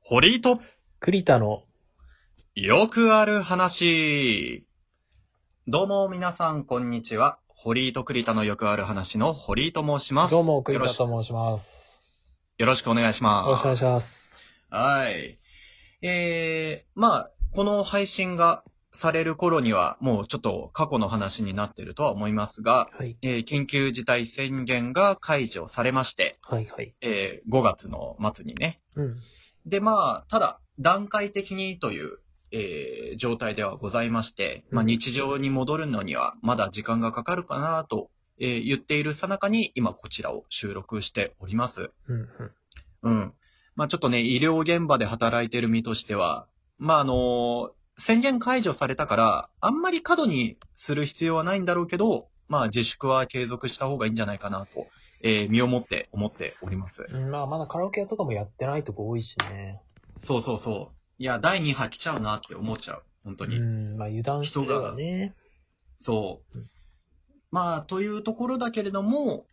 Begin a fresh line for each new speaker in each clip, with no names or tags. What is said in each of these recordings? ホリーと、
栗田の、
よくある話。どうも皆さん、こんにちは。ホリーと栗田のよくある話のホリーと申します。
どうも、栗田
よろし
と申します。
よろしくお願いします。
よろしくお願いします。
はい。えー、まあ、この配信がされる頃には、もうちょっと過去の話になってるとは思いますが、
はい、
えー緊急事態宣言が解除されまして、
はい、はい。
えー5月の末にね。
うん。
で、まあ、ただ、段階的にという、えー状態ではございまして、まあ、
うん
日常に戻るのには、まだ時間がかかるかなと、えー言っているさなかに、今こちらを収録しております。
うん、うん。
うん。まあちょっとね、医療現場で働いてる身としては、まああの宣言解除されたから、あんまり過度にする必要はないんだろうけど、まあ自粛は継続した方がいいんじゃないかなと、えー身をもって思っております。
うんまあ、まだカラオケ屋とかもやってないとこ多いしね。
そうそうそう。いや、第2波来ちゃうなって思っちゃう。本当
う
に。
ん、まあ、油断してるわね。
そう
うん。
まあ、というところだけれども、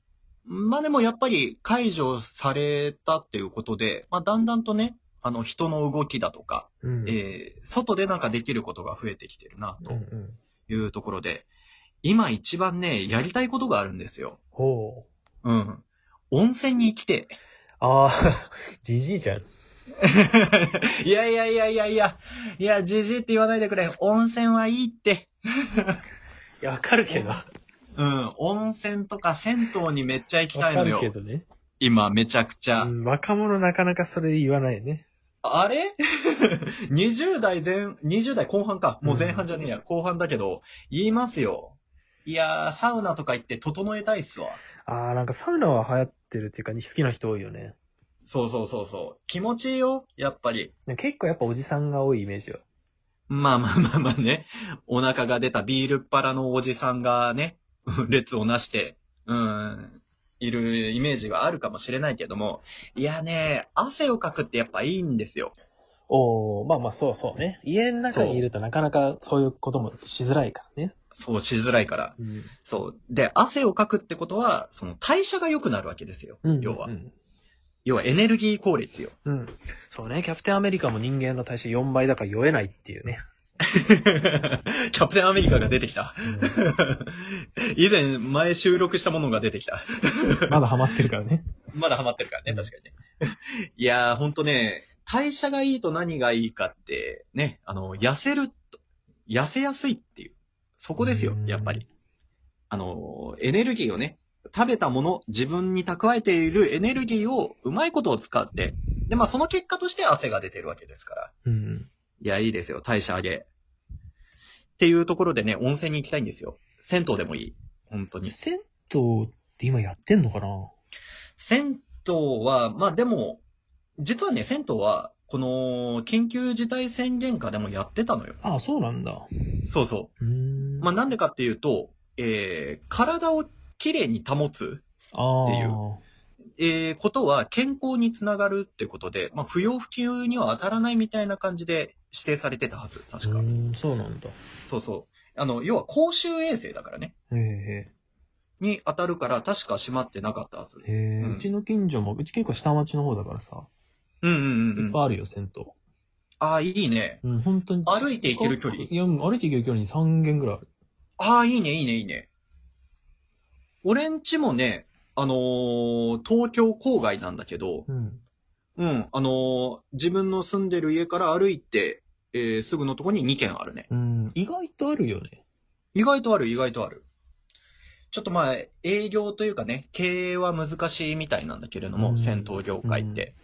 まあでもやっぱり解除されたっていうことで、まあだんだんとね、あの人の動きだとか、
うん。
えー外でなんかできることが増えてきてるな、
うん、うん。
というところで、今一番ね、やりたいことがあるんですよ。
ほ
う
う。
ん。温泉に来て。
ああ、 じじいちゃん。
いやいやいやいやいや、いや、じじいって言わないでくれ。温泉はいいって。
いや、わかる
けど。うん、温泉とか銭湯にめっちゃ行きた
わ
い
か
の
るけ
よ。
どね。
今めちゃくちゃ。
うん若者なかなかそれ言わないね。
あれ ?20 代前、20代後半か。もう前半じゃねえや。後半だけど、言いますよ。いやー、サウナとか行って整えたいっすわ。
ああ、なんかサウナは流行ってるっていうか、好きな人多いよね。
そうそうそうそう。気持ちいいよ、やっぱり。
でも結構やっぱおじさんが多いイメージよ。
まあまあまあまあね。お腹が出たビールっ腹のおじさんがね、 列をなして、うん、いるイメージがあるかもしれないけども。いやね、汗をかくってやっぱいいんですよ。
おおまあまあそうそうね。家の中にいるとなかなかそういうこともしづらいからね。
そうしづらいから。
うん。
そう。で、汗をかくってことは、その代謝が良くなるわけですよ。
うん、
要は
う。ん。
要はエネルギー効率よ。
うん。そうね。キャプテンアメリカも人間の体脂4倍だから酔えないっていうね。
キャプテンアメリカが出てきた。 以前、前収録したものが出てきた。
まだハマってるからね。
まだハマってるからね、
うん
確かにね。 いやー、ほんとね、代謝がいいと何がいいかって、ね、あの、痩せると、痩せやすいっていう。そこですよ
う、ん
やっぱり。あの、エネルギーをね、食べたもの、自分に蓄えているエネルギーをうまいことを使って、で、まあその結果として汗が出てるわけですから。
うん。
いや、いいですよ、代謝上げ。っていうところでね、温泉に行きたいんですよ。銭湯でもいい。本当に。
銭湯って今やってんのかな
銭湯は、まあでも、実はね、銭湯は、この、緊急事態宣言下でもやってたのよ。
ああ、そうなんだ。
そうそう
ーん。
まあなんでかっていうと、えー、体をきれいに保つ、
あ
っていう
あ。
えー、ことは健康につながるってことで、まあ不要不急には当たらないみたいな感じで指定されてたはず、確か。
うーん、そうなんだ。
そうそう。あの、要は公衆衛生だからね。
へえ
に当たるから、確か閉まってなかったはず。
へえ、
うん
うちの近所も、うち結構下町の方だからさ、
うんうんう
いっ
んう
ぱ
ん。
いあるよ、銭湯。
ああ、いいね。
うん、本当に。
歩いて行ける距離
いや、歩いて行ける距離に3軒ぐらいある。
ああ、いいね、いいね、いいね。俺んちもね、あのー東京郊外なんだけど、
うん。
うん、あのー自分の住んでる家から歩いて、えーすぐのとこに2軒あるね。
うん、意外とあるよね。
意外とある、意外とある。ちょっとまあ、営業というかね、経営は難しいみたいなんだけれども、
うん
銭湯業界って。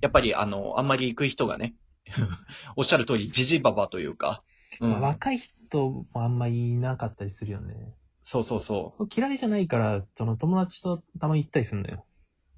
やっぱり、あの、あんまり行く人がね、 おっしゃる通り、じじばばというか、うん
まあ、若い人もあんまいなかったりするよね。
そうそうそ
嫌いじゃないから、その友達とたまに行ったりするのよ。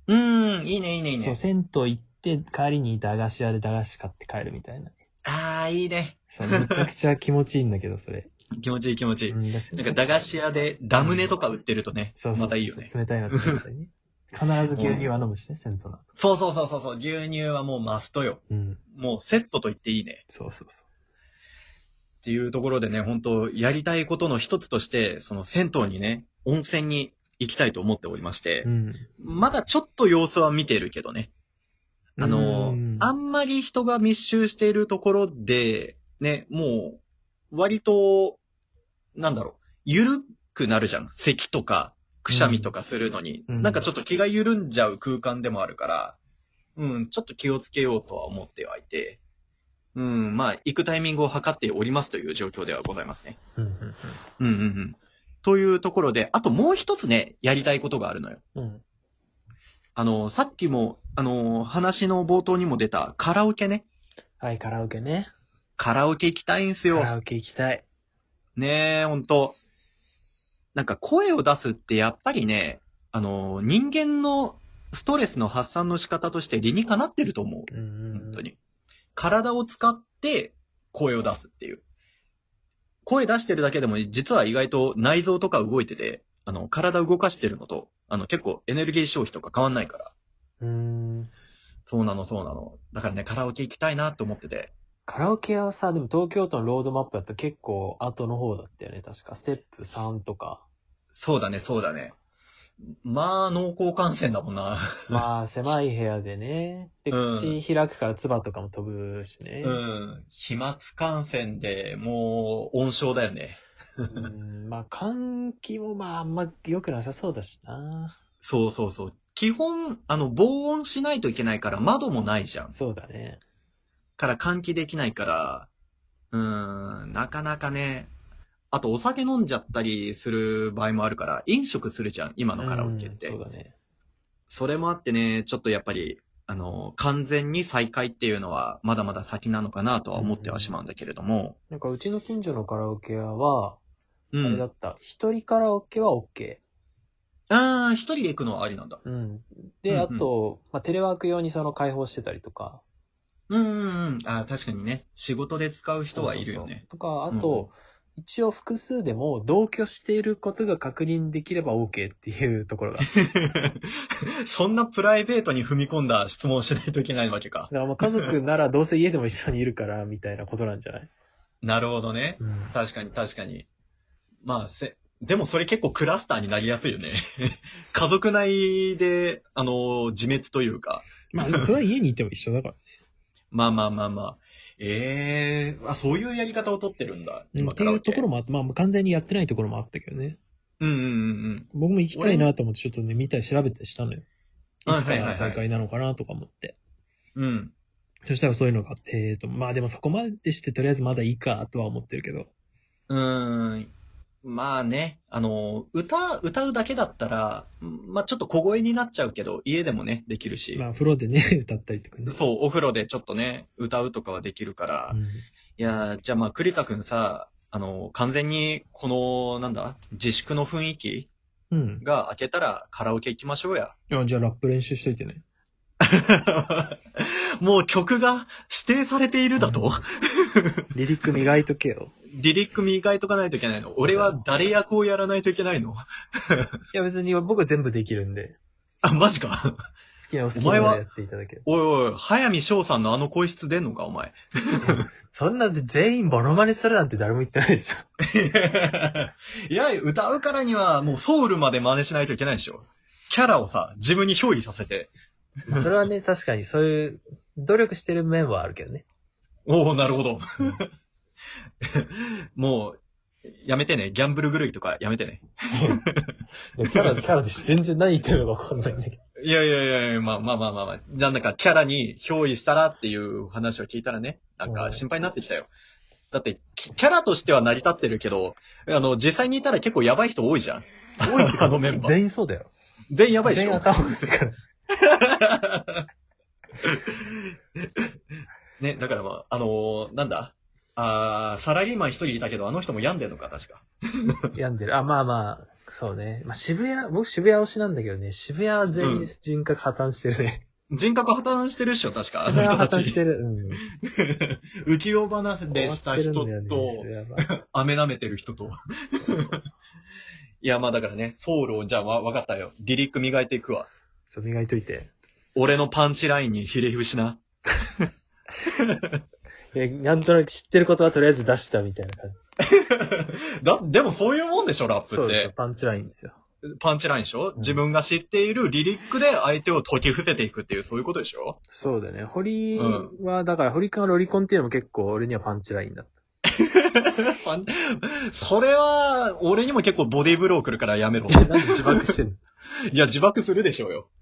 う。うん、いいね、いいね、いい
そ
ね
う、。銭湯行って、帰りに駄菓子屋で駄菓子買って帰るみたいな。
ああ、いいね。
そう、めちゃくちゃ気持ちいいんだけど、 それ。
気持ちいい、気持ちいい。
うん、だし
なんか駄菓子屋でラムネとか売ってるとね、
そうそうそう
またいいよね。
冷たいのって言った りね。必ず牛乳は飲むしね、銭湯なの。
そうそうそうそうそう、牛乳はもうマストよ。
うん、
もうセットと言っていいね。
そうそうそ
っていうところでね、本当やりたいことの一つとして、その銭湯にね、温泉に行きたいと思っておりまして
う。う、ん。
まだちょっと様子は見てるけどね。あのー
うん
あんまり人が密集しているところで、ね、もう、割と、なんだろう、緩くなるじゃん。咳とか、くしゃみとかするのに。
うんうん
なんかちょっと気が緩んじゃう空間でもあるから、うん、ちょっと気をつけようとは思ってはいて、うん、まあ、行くタイミングを測っておりますという状況ではございますね。
うんうん
うんうんうん。というところで、あともう一つね、やりたいことがあるのよ。
うん。うん。
あの、さっきも、あの、話の冒頭にも出たカラオケね。
はい、カラオケね。
カラオケ行きたいんす
カ
よ。
ラオケ行きたい。
ねえ、ほんと。なんか声を出すってやっぱりね、あの、人間のストレスの発散の仕方として理にかなってると思う。
うんうん。
本当。に。体を使って声を出すっていう。声出してるだけでも実は意外と内臓とか動いてて、あの、体動かしてるのと、あの、結構エネルギー消費とか変わんないから。
うん。
そうなの、そうなの。だからね、カラオケ行きたいなと思ってて。
カラオケはさ、でも東京都のロードマップだと結構後の方だったよね、確か。ステップ3と か。
そうだね、そうだね。まあ、濃厚感染だもんな。
まあ、狭い部屋でね。で、
うん
口開くから唾とかも飛ぶしね。
うん。飛沫感染で、もう、温床だよね。
うんまあ、換気もまあ、あんま良くなさそうだしな。
そうそうそう。基本、あの、防音しないといけないから、窓もないじゃん。
そうだね。
から換気できないから、うーん、なかなかね。あと、お酒飲んじゃったりする場合もあるから、飲食するじゃん、今のカラオケって。
うんそうだね。
それもあってね、ちょっとやっぱり、あの、完全に再開っていうのは、まだまだ先なのかなとは思ってはしまうんだけれども。
なんか、うちの近所のカラオケ屋は、
う
あれ
ん。
だ
あ
った。一人カラオケは OK。
あー、一人で行くのはありなんだ。
うん。で、あ
うんうん
と、まあ、テレワーク用にその開放してたりとか。
うんうんうん。ああ、確かにね。仕事で使う人はいるよね。
そうそうそうとか、あ
うんうん
と、一応複数でも同居していることが確認できれば OK っていうとこ ろが。だか
そんなプライベートに踏み込んだ質問をしないといけないわけか。
らまあ家族ならどうせ家でも一緒にいるから、みたいなことなんじゃない
なるほどね。
うん。
確かに確かに。まあ、せ、でもそれ結構クラスターになりやすいよね。家族内で、あの自滅というか。
まあでもそれは家にいても一緒だから。
まあまあまあまあ。ええあ、そういうやり方を取ってるんだ。
うんっ
今
て
から
いうところもあって、まあ完全にやってないところもあったけどね。
うんうんうん
僕も行きたいなと思って、ちょっとね、見たり調べたりしたのよ。い
うん。はい
つ
は
か
い
ら
はい
再
はい。
開なのかなとか思って。
うん。
そしたらそういうのがあって、えーと、まあでもそこまでしてとりあえずまだいいかとは思ってるけど。
うーん。まあね、あの、歌、歌うだけだったら、うんまあちょっと小声になっちゃうけど、家でもね、できるし。
まあ風呂でね、 歌ったりとかね。
そう、お風呂でちょっとね、歌うとかはできるから。
う
い
ん
やー、じゃあまあ、栗田くんさ、あの、完全に、この、なんだ、自粛の雰囲気
うん。
が明けたらカラオケ行きましょうや。
あじゃあラップ練習しといてね。
もう曲が指定されているだと
リリック磨いとけよ。
リリック磨いとかないといけないの俺は誰役をやらないといけないの
いや別に僕は全部できるんで、
あ、マジか。
好きなお好き
お前
な
は
のやっていただける。
おいおい、早見翔さんのあの声質出んのか、お 前。
そんな全員ボロマネするなんて誰も言ってないでしょ。
いや、歌うからにはもうソウルまで真似しないといけないでしょ。キャラをさ、自分に憑依させて。
まあそれはね、確かにそういう努力してる面はあるけどね。
おおなるほど
うん。
もう、やめてね。ギャンブル狂いとかやめてね。
キャラ、キャラでし全然何言ってるのかわかんないんだけど。
いやいやいやいや、まあまあまあまあまあ、なんだかキャラに憑依したらっていう話を聞いたらね、なんか心配になってきたよ。だって、キキャラとしては成り立ってるけど、あの、実際にいたら結構やばい人多いじゃん。多いあのメンバー。
全員そうだよ。
全員やばいでし
全員
ょ。
頭おかしいから。
ね、だからまあ、あのーなんだあーサラリーマン一人いたけど、あの人も病んでんのか、確か。
病んでる。あ、まあまあ、そうね。まあ渋谷、僕渋谷推しなんだけどね、渋谷は全員人格破綻してるね。
人格破綻してるっしょ、確か。あ
渋
の
谷
人
破
た
綻し
ち。
てる。うん。
浮世離れした人と、
終わってるんだよね渋谷は
飴舐めてる人と。 いや、まあだからね、ソウルを、じゃあわ、わかったよ。リリック磨いていくわ。
そう、磨いといて。
俺のパンチラインにひれ伏しな。
え、なんとなく知ってることはとりあえず出したみたいな感じ。
だ、でもそういうもんでしょ、ラップって。
パンチラインですよ。
パンチラインでしょ、
ん
自分が知っているリリックで相手を解き伏せていくっていう、そういうことでしょ
そうだね。堀
う
は、だから堀君はロリコンっていうのも結構俺にはパンチラインだっ
パン それは、俺にも結構ボディーブロー来るから やめろ。
た。なんで自爆してんの
いや、自爆するでしょうよ。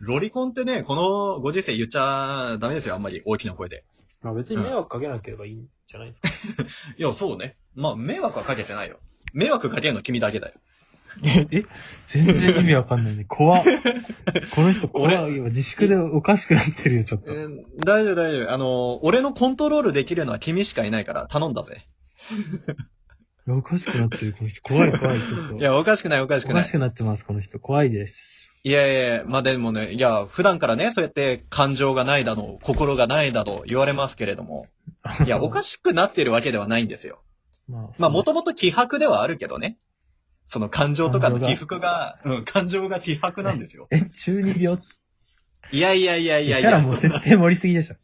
ロリコンってね、このご時世言っちゃダメですよ、あんまり大きな声で。
まあ別に迷惑かけなければいいんじゃないですか。
いや、そうね。まあ、迷惑はかけてないよ。迷惑かけるの君だけだよ。
え全然意味わかんないね。怖っ。この人怖い。
俺
今自粛でおかしくなってるよ、ちょっ
え
と。
ー大丈夫、大丈夫。あの、俺のコントロールできるのは君しかいないから、頼んだぜ。
おかしくなってる、この人。怖い、怖い、ちょっと。
いや、おかしくない、おかし
お
く
か
ない
し。くなってます、この人。怖いです。
いやいやいやまあでもね、いや、普段からね、そうやって感情がないだの、心がないだと言われますけれど も、いや、おか
し
しくなってるわけではないんですよ。
い。まあ、
まあ、もともと気迫ではあるけどね。その感情とかの起伏が、うん、感情が気迫なんですよ。
え、中二病って
いやいやいやい
キ
やい
ャラ
や。
もう設定盛りすぎで しょ。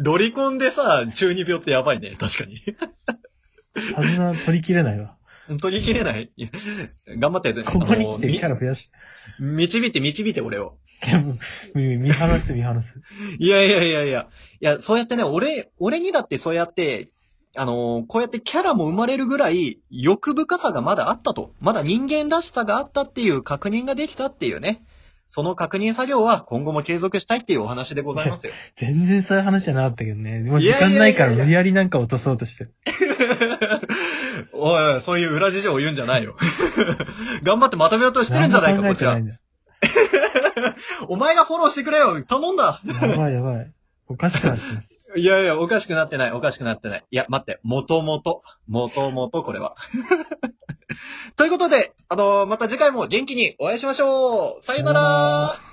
ロリコンでさ、中二病ってやばいね、確かに。
はずな取り切れないわ。
取り切れない。いや頑張って、あ
ここに
の、
来てキ
み
ャラ増やす。
導いて導いて俺を。
いやもう見見放す、見放す。
いやいやいやいや。いや、そうやってね、俺、俺にだってそうやって、あのーこうやってキャラも生まれるぐらい欲深さがまだあったと。まだ人間らしさがあったっていう確認ができたっていうね。その確認作業は今後も継続したいっていうお話でござ いますよ。
全然そういう話じゃなかったけどね。もう
い
時
や
間
いやいやいや
ないから無理やりなんか落とそうとしてる。
おい、そういう裏事情を言うんじゃないよ。 頑張ってまとめようとしてるんじゃないか、
何も考
こ
え
ち
てな
ら
い。んだ
お前がフォローしてくれよ。頼んだ。
やばいやばい。おかしくなってます。
いやいや、おかしくなってない、おかしくなってない。いや、待って、もともと。もともと、これ は。ということで、あのーまた次回も元気にお会いしましょうさよな
さよな
ら